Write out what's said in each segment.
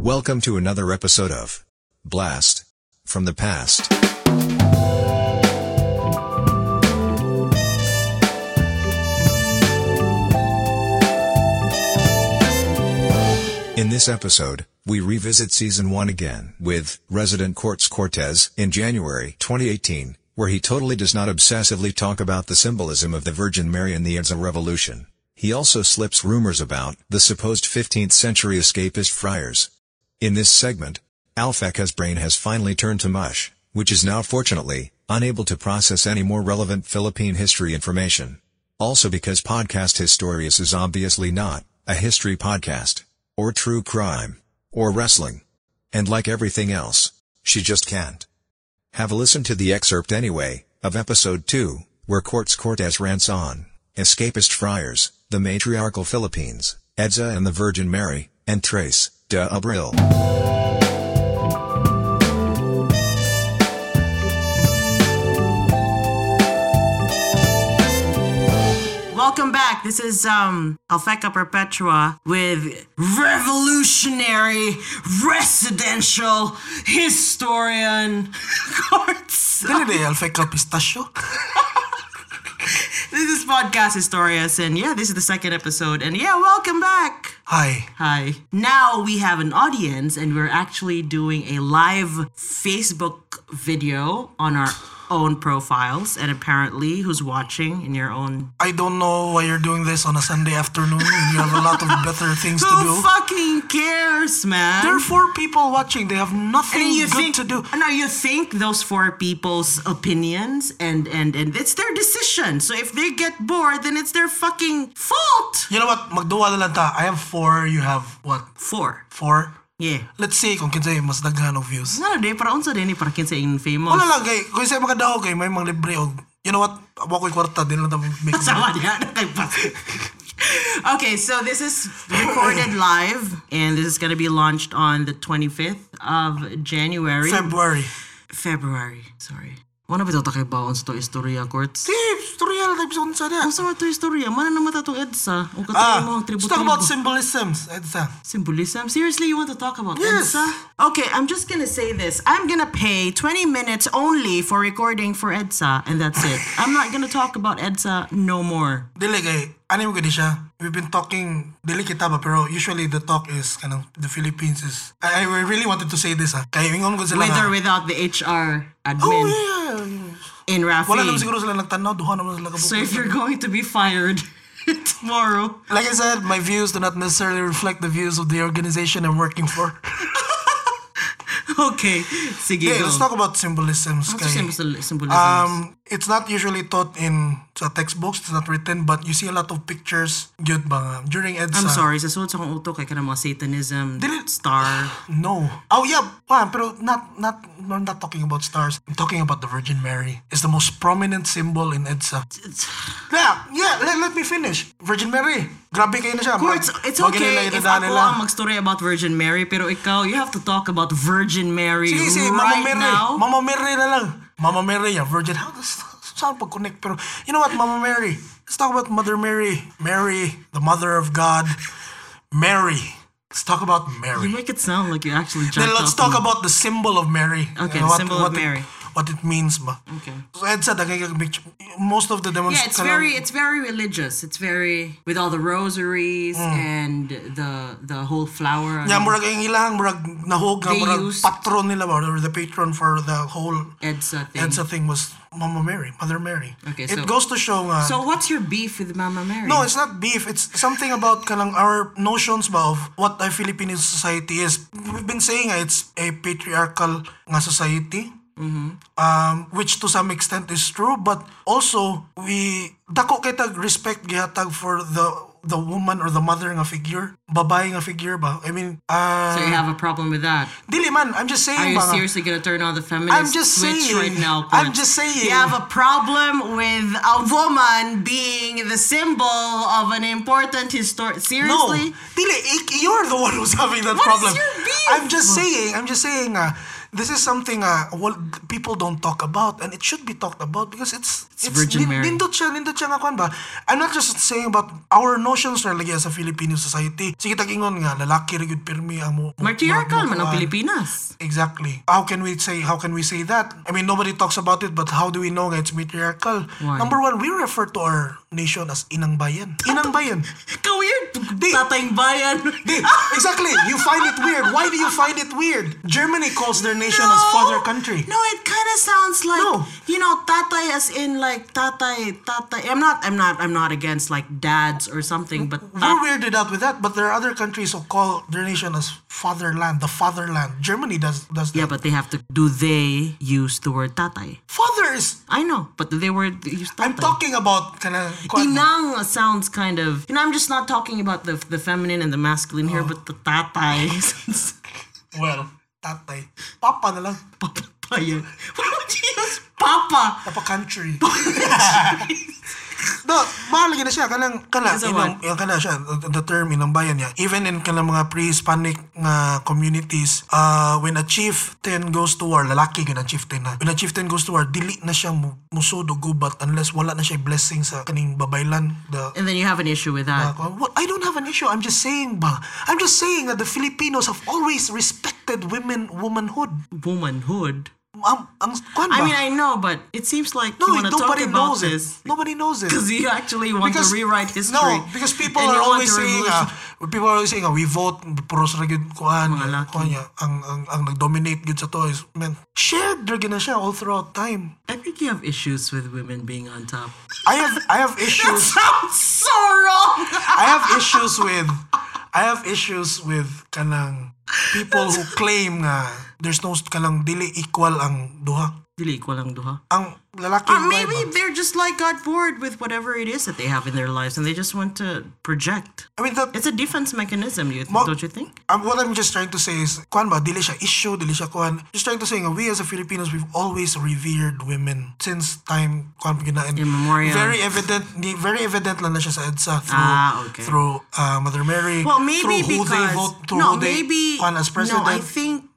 Welcome to another episode of Blast from the Past. In this episode, we revisit season 1 again with resident Quartz Cortez in January 2018, where he totally does not obsessively talk about the symbolism of the Virgin Mary and the Edza Revolution. He also slips rumors about the supposed 15th century escapist friars. In this segment, Alfeka's brain has finally turned to mush, which is now fortunately unable to process any more relevant Philippine history information. Also because Podcast Historius is obviously not a history podcast, or true crime, or wrestling. And like everything else, she just can't. Have a listen to the excerpt anyway, of episode 2, where Quartz Cortez rants on, escapist friars, the matriarchal Philippines, Edza and the Virgin Mary, and Trace, de Abril. Welcome back. This is um Alfeca Perpetua with revolutionary residential historian courts. Dili de Alfeca Pistachio. This is podcast historius, and yeah, this is the second episode. And yeah, welcome back. Hi. Hi. Now we have an audience, and we're actually doing a live Facebook video on our own profiles. And apparently, who's watching in your own. I don't know why you're doing this on a Sunday afternoon and you have a lot of better things to Who do. fucking cares, man? There are four people watching. They have nothing and you good think Oh, to do. No, you think those four people's opinions and and and it's their decision. So if they get bored, then it's their fucking fault. You know what? Magduwa na lang ta. I have four. You have what? Four. Four? Yeah. Let's see kung kinsay mas daghan og views. Nga na day para unsa din ni para kinsa in famous. Wala lang kay kung sa mga daog kay may mga libre og You know what? Wa ko'y kwarta din lang ta make. Sama niya na kay Pas. Okay, so this is recorded live and this is going to be launched on the 25th of January. February. February. Sorry. Wala ba ito takay baon sa to istorya, Courts? Di, tutorial type sa unsa na. Ang sama to istorya, mana naman ito EDSA. Ang katay Ah, mo, let's tribo talk about symbolisms. Edsa. Symbolism? Seriously, you want to talk about Yes. EDSA? Okay, I'm just gonna say this. I'm gonna pay 20 minutes only for recording for EDSA, and that's it. I'm not gonna talk about EDSA no more. Dili kay ano yung gani siya? We've been talking dili kita ba pero usually the talk is kind of the Philippines is I, I really wanted to say this ha. Kay ingon ko sila With or nga, without the HR Oh admin yeah. yeah. in Wala naman Rafi. siguro sila nagtanaw, duha naman sila kabukod. So if you're going to be fired tomorrow, Like I said, my views do not necessarily reflect the views of the organization I'm working for. okay, sige Yeah, go. let's talk about symbolisms. What's kay- your symbol- symbolism? Um, it's not usually taught in sa textbooks. It's not written, but you see a lot of pictures. Gyud ba nga? During EDSA. I'm sorry, sa suot sa akong utok kay kanang mga satanism, Dili- star. No. Oh yeah, ah, pero not not I'm not talking about stars. I'm talking about the Virgin Mary. It's the most prominent symbol in EDSA. Yeah, yeah. Let, let me finish. Virgin Mary. Grabe kayo na siya. Courts, it's okay if ako ang mag-story about Virgin Mary, pero ikaw, you have to talk about Virgin Mary Sige, sige, Mama right Mary. now. Mama Mary na lang. Mama Mary, yeah, Virgin. How does saan pag-connect? Pero you know what, Mama Mary? Let's talk about Mother Mary. Mary, the mother of God. Mary. Let's talk about Mary. you make it sound like you actually jacked Then let's off talk about the symbol of Mary. Ah, Okay, And the symbol of Mary. It, what it means ba? Okay. So EDSA, dagay kag picture. Most of the Yeah, demonstrations. it's very it's very religious. It's very with all the rosaries and the the whole flower. Hmm. Yeah, ano, murag ang ilang murag nahog nga They murag used- patron nila ba or the patron for the whole EDSA thing. EDSA thing was Mama Mary, Mother Mary. Okay, it so- goes to show nga. So what's your beef with Mama Mary? No, it's not beef. It's something about kanang our notions ba of what a Filipino society is. We've been saying nga it's a patriarchal nga society. Mm-hmm. Um, which to some extent is true, but also we dako kay tag respect gihatag for the the woman or the mother nga figure, babae nga figure ba? I mean, uh, so you have a problem with that? dili man, I'm just Are saying you ba nga- seriously gonna turn on the feminist I'm just switch saying. right now? I'm Courts? just saying. You have a problem with a woman being the symbol of an important historic. No, Seriously? dili, ik- you're the one who's having that What is problem. your beef? I'm just saying, I'm just saying, uh, this is something uh, well, people don't talk about and it should be talked about because it's it's, Virgin nin- Mary. nindot siya, nindot siya nga kwan ba? I'm not just saying about our notions talaga sa Filipino society. Sige tagingon nga lalaki ra gyud pirmi amo. Matriarchal man ang makuhaan. Pilipinas. Exactly. How can we say how can we say that? I mean nobody talks about it but how do we know nga it's matriarchal? Why? Number one, we refer to our nation as inang bayan. Inang bayan. Ka-weird. Di. Tatayang bayan. Di- exactly. You find it weird. Why do you find it weird? Germany calls their nation as father country. No, it kind of sounds like No. you know tatay as in like tatay tatay. I'm not I'm not I'm not against like dads or something, but We're weirded out with that, but there are other countries who call their nation as fatherland, the fatherland. Germany does does yeah, that. but they have to. Do they use the word tatay? Father is. I know, but they were they use tatay. I'm talking about kind of. Inang sounds kind of. You know, I'm just not talking about the the feminine and the masculine here, Oh. but the tatay. sounds- Well, tatay, papa na lang, Papa yun. Why would you use papa? papa country. no, mahal na siya kanang kana Isa inang yung kana siya the- the term inang bayan niya. Even in kanang mga pre-Hispanic nga communities, uh, when a chieftain goes to war, lalaki gyud ang chieftain na. When a chieftain goes to war, dili na siya mu- musod o gubat unless wala na siya blessing sa kaning babaylan the And then you have an issue with that. Ako, Well, I don't have an issue. I'm just saying ba. I'm just saying that the Filipinos have always respected women womanhood. Womanhood. Um, ang kwan I ba? mean, I know, but it seems like no, you want to talk nobody about knows this it. Nobody knows it. because you actually want to rewrite history. No, because people and you are want always to saying, revolution- ah, people are always saying, ah, we vote, puro sa ragid kuan, Mga laki. kuan niya, ang, ang, ang nag-dominate gud sa to is, man, shared drug na siya all throughout time. I think you have issues with women being on top. I have, I have That issues, sounds so wrong. I have issues with, I have issues with kanang people who claim nga there's no kanang dili equal ang duha. Dili ko lang duha. Ang lalaki Or Ah, maybe they're just like got bored with whatever it is that they have in their lives and they just want to project. I mean, that, It's a defense mechanism, you Mo- don't you think? Um, what I'm just trying to say is, kwan ba, dili siya issue, dili siya kwan. Just trying to say, nga, we as a Filipinos, we've always revered women since time, kwan, yun na. And In memoriam. Very evident, ni- very evident lang na siya sa EDSA through, Ah, okay. through uh, Mother Mary, Well, maybe through who because they vote, through no, who they maybe kwan as president. No, I think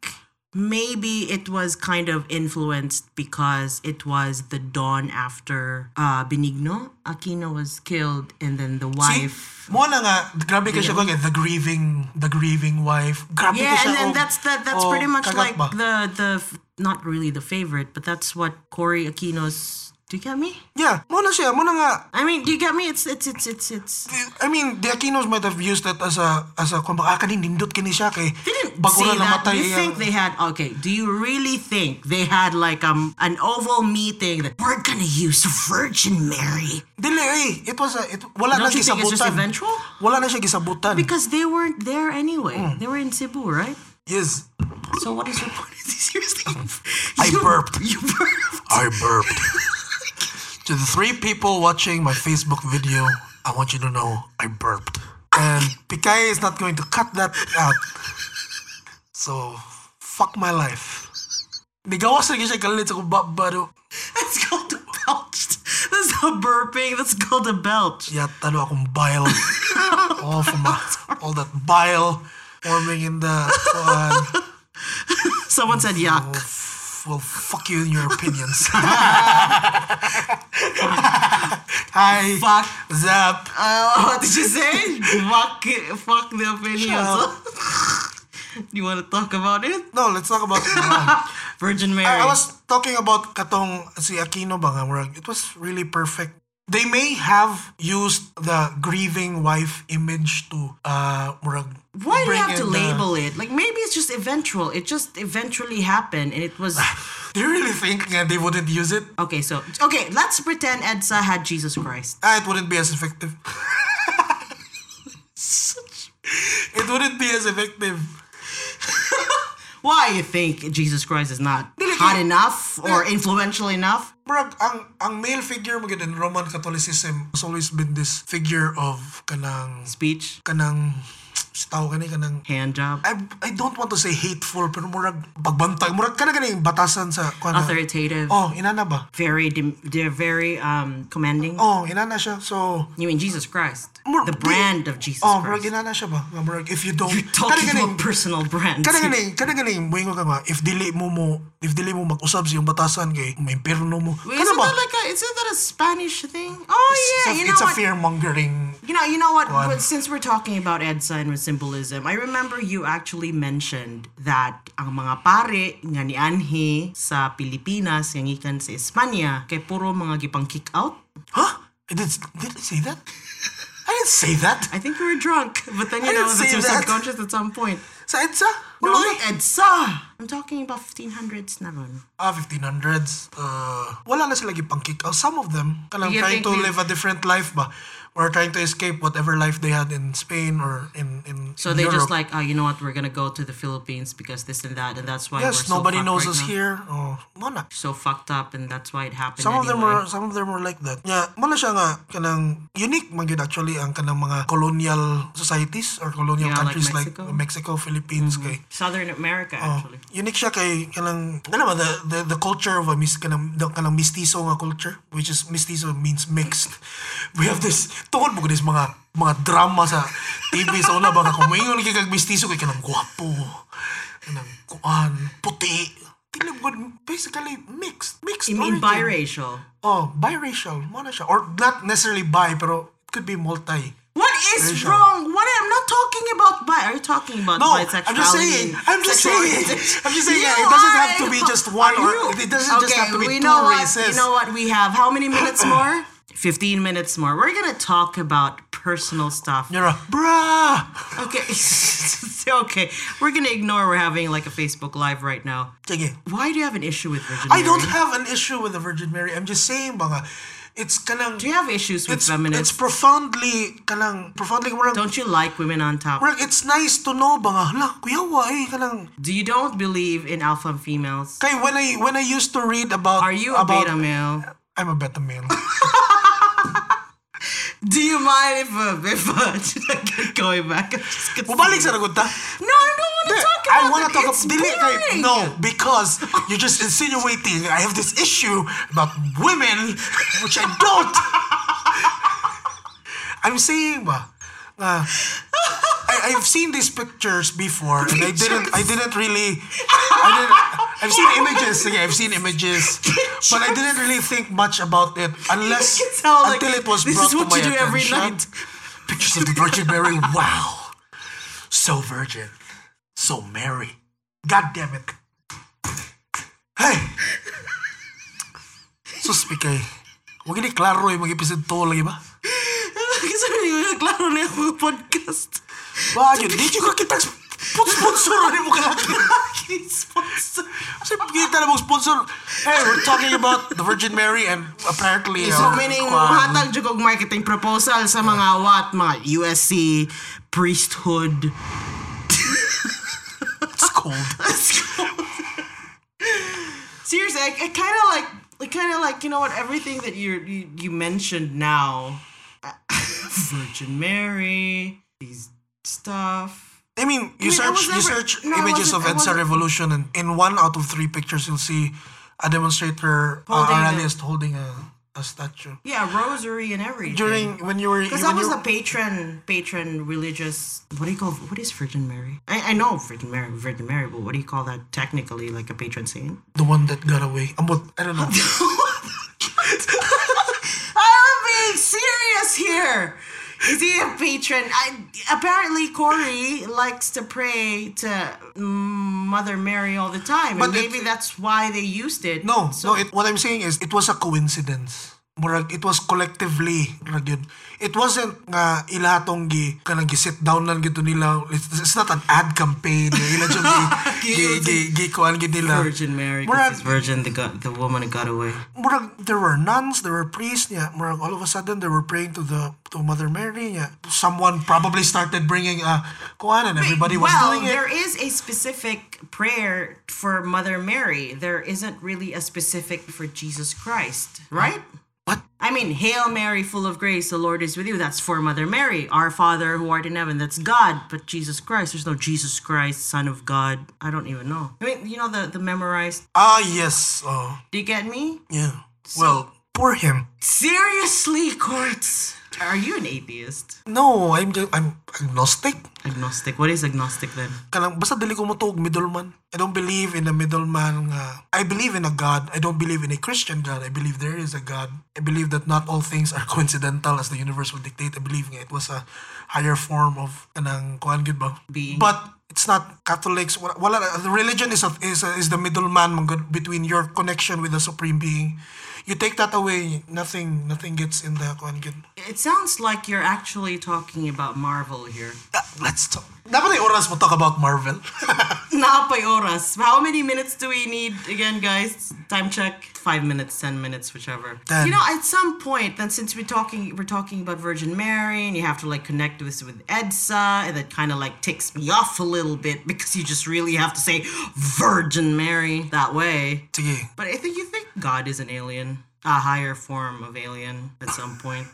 maybe it was kind of influenced because it was the dawn after uh, Benigno Aquino was killed, and then the See, wife. mo na nga, grabe ka siya kung the grieving, the grieving wife. Grabe ka yeah, siya. and then og- that's the, that's og pretty much kagat like ba? the the f- not really the favorite, but that's what Corey Aquino's. Do you get me? Yeah, mo na siya, mo na nga, I mean, do you get me? It's it's it's it's it's. I mean, the Aquinos might have used that as a as a kumbaga ah, kanin nindot kini siya kay They didn't bago say na that. Do namatay you iya. think they had okay? Do you really think they had like um an oval meeting that we're gonna use Virgin Mary Dili eh, it was a it, wala Don't na you siya think it's just gisabutan. eventual? Wala na siya gisabutan. because they weren't there anyway. They were in Cebu, right? yes. So what is your point? Seriously, I You- burped. You burped. I burped. to the three people watching my Facebook video, I want you to know I burped. And Pikay is not going to cut that out. So, fuck my life. Nigawas na gyud siya kalit sa kubabaro. That's called a belch. That's not burping. That's called a belch. yatalo akong bile all from my, all that bile forming in the kuhan. Someone said Well, yuck. f- well fuck you in your opinions hi Fuck. zap Uh, what did you say? fuck, it- fuck the opinions. you want to talk about it? no let's talk about Quran. Virgin Mary. I, I was talking about katong si Aquino ba nga murag, it was really perfect they may have used the grieving wife image to uh murag Why do you bring have to in the- label it? Like maybe it's just eventual. It just eventually happened, and it was do you really think nga they wouldn't use it okay. So okay, let's pretend Edsa had Jesus Christ. Ah, it wouldn't be as effective. it wouldn't be as effective. Why you think Jesus Christ is not Dili- hot enough or influential enough? Brag, ang ang male figure mo gid in Roman Catholicism has always been this figure of kanang Speech. kanang si tao kani ka ng hand job, I, I don't want to say hateful pero murag pagbantay murag kana gani yung batasan sa uh, kuana. authoritative, Oh, inana ba? very dem- they're very um commanding. Oh, inana siya. So You mean Jesus Christ, Mur- the di- brand of Jesus Oh, murag Christ. inana siya ba? Nga Murag if you don't You're Kana talking gani- about personal brands. kada ganing kada ganing moingo ka nga if dili mo mo if dili mo mag-usab sa iyong batasan kay may impierno mo Wait, kana isn't ba that like a isn't that a Spanish thing? Oh it's, yeah, a, you know it's a what? fear mongering You know, you know what? One. Well, Since we're talking about EDSA and symbolism, I remember you actually mentioned that ang mga pare nga ni Anhi sa Pilipinas nga gikan sa Espanya kay puro mga gipang kick out. huh I did did I say that I didn't say that I think you were drunk, but then you I know didn't that's say your that. subconscious at some point. sa EDSA No, wala not EDSA. I'm talking about 1500s na ron. ah 1500s uh, wala na sila gipang kick out some of them kanang You trying think to we- live a different life ba or trying to escape whatever life they had in Spain or in in So in they Europe. just like, oh, you know what? We're gonna go to the Philippines because this and that, and that's why yes we're so nobody fucked knows right us now. here oh wala So fucked up, and that's why it happened. Some of them anyway. were some of them were like that. Yeah, mala siya nga kanang unique man gyud actually ang kanang mga colonial societies or colonial Yeah, like countries like Mexico. Mm-hmm. Mexico, Philippines kay. Southern America Oh, actually. unique siya kay kanang alam mo the, the the culture of a mis kanang the, kanang mestizo nga culture which is mestizo means mixed. We have this tungod mo this mga mga drama sa TV sa una ba kung moingon kay kag mestizo kay kanang gwapo. Kanang kuan, puti. Tilam gud basically mixed. Mixed. You mean origin. biracial? Oh, biracial. Muna siya. Or not necessarily bi, pero it could be multi. What is Racial. wrong? What I'm not talking about bi. Are you talking about No, I'm bisexuality? just saying. and I'm just sexual saying. orientation? I'm just saying. You yeah, it doesn't have to are- be just one Are or you- it doesn't just Okay, have to be we two know what, races. You know what? We have how many minutes more? 15 minutes more. We're going to talk about personal stuff. You're a bruh. Okay. okay. We're going to ignore we're having like a Facebook Live right now. Sige. Why do you have an issue with Virgin I don't Mary? have an issue with the Virgin Mary. I'm just saying, banga, it's kanang. Do you have issues with It's, feminists? it's profoundly kanang profoundly murag, don't you like women on top? murag, it's nice to know banga hala kuyawa eh kanang Do you don't believe in alpha and females? kay when I when I used to read about Are you a about, beta male? I'm a beta male Do you mind if uh, if uh, should I get going back? I'm just gonna Mabalik sa ragot ta No, I don't want to talk about I want to that. talk It's about dili boring. kay no because you're just insinuating I have this issue about women which I don't. I'm saying ba uh, I, I've seen these pictures before and I didn't I didn't really I didn't, I've seen images yeah I've seen images but I didn't really think much about it unless You can tell, like, until it was this brought is what to my you do attention. every night. Pictures of the Virgin Mary. Wow, so virgin, so Mary. God damn it. Hey! Sus, Pikay. Huwag hindi klaro yung mag-episode to, lagi ba? Kasi hindi ko naklaro na yung podcast. Ba, yun, di ko kita sponsor mo ka Sponsor. Kasi kita na mong sponsor. Hey, we're talking about the Virgin Mary and apparently... um, So our- meaning Kwan. hatag jud og marketing proposal sa mga what mga USC priesthood. It's cold. Seriously, I, I kind of like I kind of like you know what everything that you're, you you mentioned now, Virgin Mary, these stuff. I mean, you I mean, I search was you never- search no, I images wasn't- of I EDSA wasn't- revolution, and in one out of three pictures, you'll see a demonstrator, uh, a Holding a- rallyist holding a, a statue. Yeah, rosary and everything. During when you were because I when was you- a patron, patron religious. What do you call what is Virgin Mary? I, I know Virgin Mary, Virgin Mary, but what do you call that technically? Like a patron saint? the one that got away. I'm what I don't know. I'm being serious here. Is he a patron? I, apparently, Corey likes to pray to mm, Mother Mary all the time, But and it- maybe that's why they used it. No, So- no. It, what I'm saying is, it was a coincidence. Murag, it was collectively murag yun. It wasn't nga ila tong gi kanang gi sit down lang gito nila. It's, it's not an ad campaign. Ila jud gi gi gi, gi kuan gid nila. Virgin Mary, 'cause Murag- it's Virgin, the god, the woman who got away. murag there were nuns, there were priests niya. Murag all of a sudden they were praying to the to Mother Mary niya. Someone probably started bringing a kuan and everybody was well, doing there it. is a specific prayer for Mother Mary. There isn't really a specific for Jesus Christ, right? What? I mean, Hail Mary, full of grace, the Lord is with you. That's for Mother Mary. Our Father who art in heaven, that's God. But Jesus Christ, there's no Jesus Christ, Son of God. I don't even know. I mean, you know the, the memorized. Ah, yes. Oh, Do you get me? yeah. well, poor him. Seriously, Courts. Are you an atheist? No, I'm just, I'm agnostic. Agnostic. What is agnostic then? Kanang basta dili ko matuog middleman. I don't believe in a middleman nga. I believe in a God. I don't believe in a Christian God. I believe there is a God. I believe that not all things are coincidental as the universe would dictate. I believe nga it was a higher form of kanang kuan gud ba? Being. But it's not Catholics. Wala, wala na. the religion is a, is a, is the middleman man gud, between your connection with the supreme being. You take that away, nothing nothing gets in the kuan gud. It sounds like you're actually talking about Marvel here. Ah, Let's talk. Dapat ay oras mo talk about Marvel. Napay oras. How many minutes do we need again, guys? Time check. Five minutes, ten minutes, whichever. Ten. You know, at some point, then since we're talking, we're talking about Virgin Mary, and you have to like connect this with EDSA, and that kind of like ticks me off a little bit because you just really have to say Virgin Mary that way. Sige. But I think you think God is an alien, a higher form of alien at some point.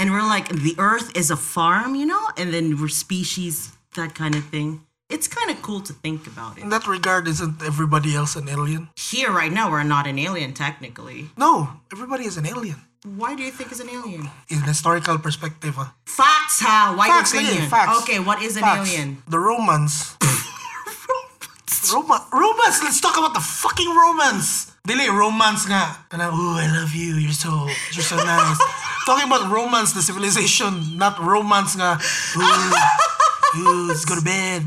And we're like, the earth is a farm, you know? And then we're species, that kind of thing. It's kind of cool to think about it. In that regard, isn't everybody else an alien? Here, right now, we're not an alien technically. No, everybody is an alien. Why do you think is an alien? In historical perspective, ah. Facts, huh? Why Facts, an alien? nigga, facts. Okay, what is an Facts. alien? The Romans. Roma, Romans. Let's talk about the fucking Romans. Dili Romans nga. And I, ooh, I love you. You're so, you're so nice. Talking about Romans, the civilization, not Romans nga. Ooh, ooh, let's go to bed.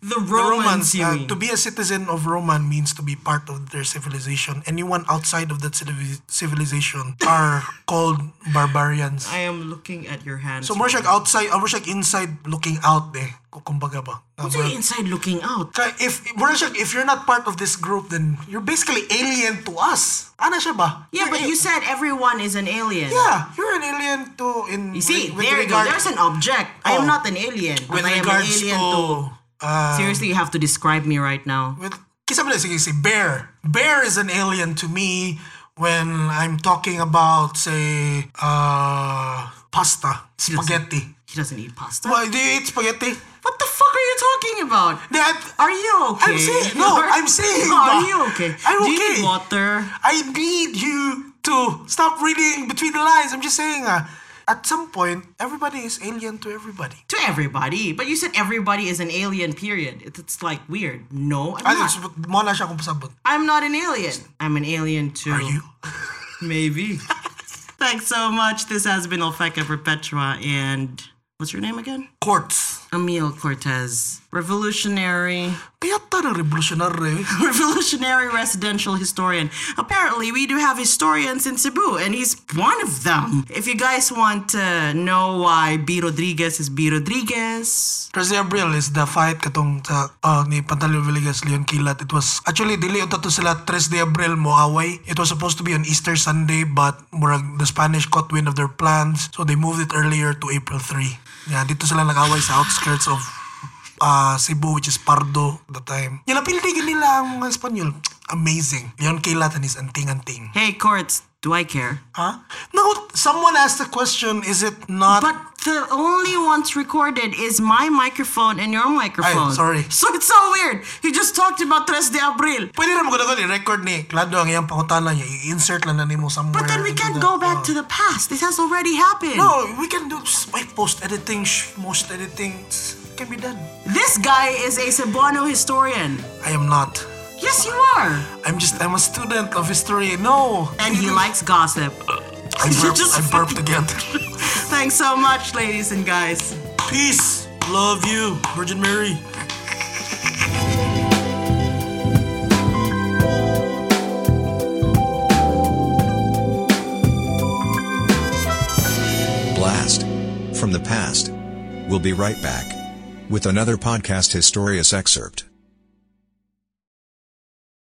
The Romans, The Romans, you uh, mean. to be a citizen of Roman means to be part of their civilization. Anyone outside of that civili- civilization are called barbarians. I am looking at your hands. So more siya outside, or more siya inside looking out eh. Kung- Kumbaga ba? Ah, What's the inside looking out? Kaya if more siya, if you're not part of this group, then you're basically alien to us. Ano siya ba? Yeah, but you said everyone is an alien. Yeah, you're an alien to in You see, with, with there you go. regard, There's an object. I am Oh. not an alien. but with I am an regards alien to too. uh, Seriously, you have to describe me right now. with kisa mo na sige si bear bear is an alien to me when I'm talking about say uh pasta spaghetti He doesn't eat pasta. why do you eat spaghetti What the fuck are you talking about? Di, I- Are you okay? I'm saying- no, Are- I'm saying, No, are but- you okay? I'm Do you okay. need water? I need you to stop reading between the lines I'm just saying uh, at some point everybody is alien to everybody To everybody, but you said everybody is an alien. Period. It's, it's like weird. No, I'm I not. mo na siya kung pasabot I'm not an alien. I'm an alien too. are you Maybe. Thanks so much. This has been Olfeca Perpetua, and what's your name again? courts Emil Cortez, revolutionary, kaya tarang revolutionary revolutionary residential historian. Apparently, we do have historians in Cebu, and he's one of them. If you guys want to know why B. Rodriguez is B. Rodriguez, Kasi Abril is the fight katong sa ah, ni Pantaleo Villegas Leon Kilat. It was actually dili unta to sila 3 de Abril mo away. It was supposed to be on Easter Sunday but murag the Spanish caught wind of their plans so they moved it earlier to April 3. Yeah, dito sila nag-away sa outskirts of ah, Cebu which is Pardo at the time. Nilapiltigin nila ang mga Espanyol. Amazing. Leon Kilat and his anting-anting. hey, Courts, do I care? Huh? No, someone asked the question, is it not... But the only ones recorded is my microphone and your microphone. sorry. So it's so weird. You just talked about 3 de Abril. Pwede na magulagol i-record ni Klado ang iyang pangutana niya. I-insert lang na nimo somewhere. But then we into can't the- go back to the past. This has already happened. Oh. No, we can do s- my post editing, sh- most editing. It's- It can be done. This guy is a Cebuano historian. I am not. Yes, you are. I'm just, I'm a student of history. No. And he likes gossip. I You burped, just I burped again. Thanks so much, ladies and guys. Peace. Love you, Virgin Mary. Blast from the past. We'll be right back with another podcast Historias excerpt.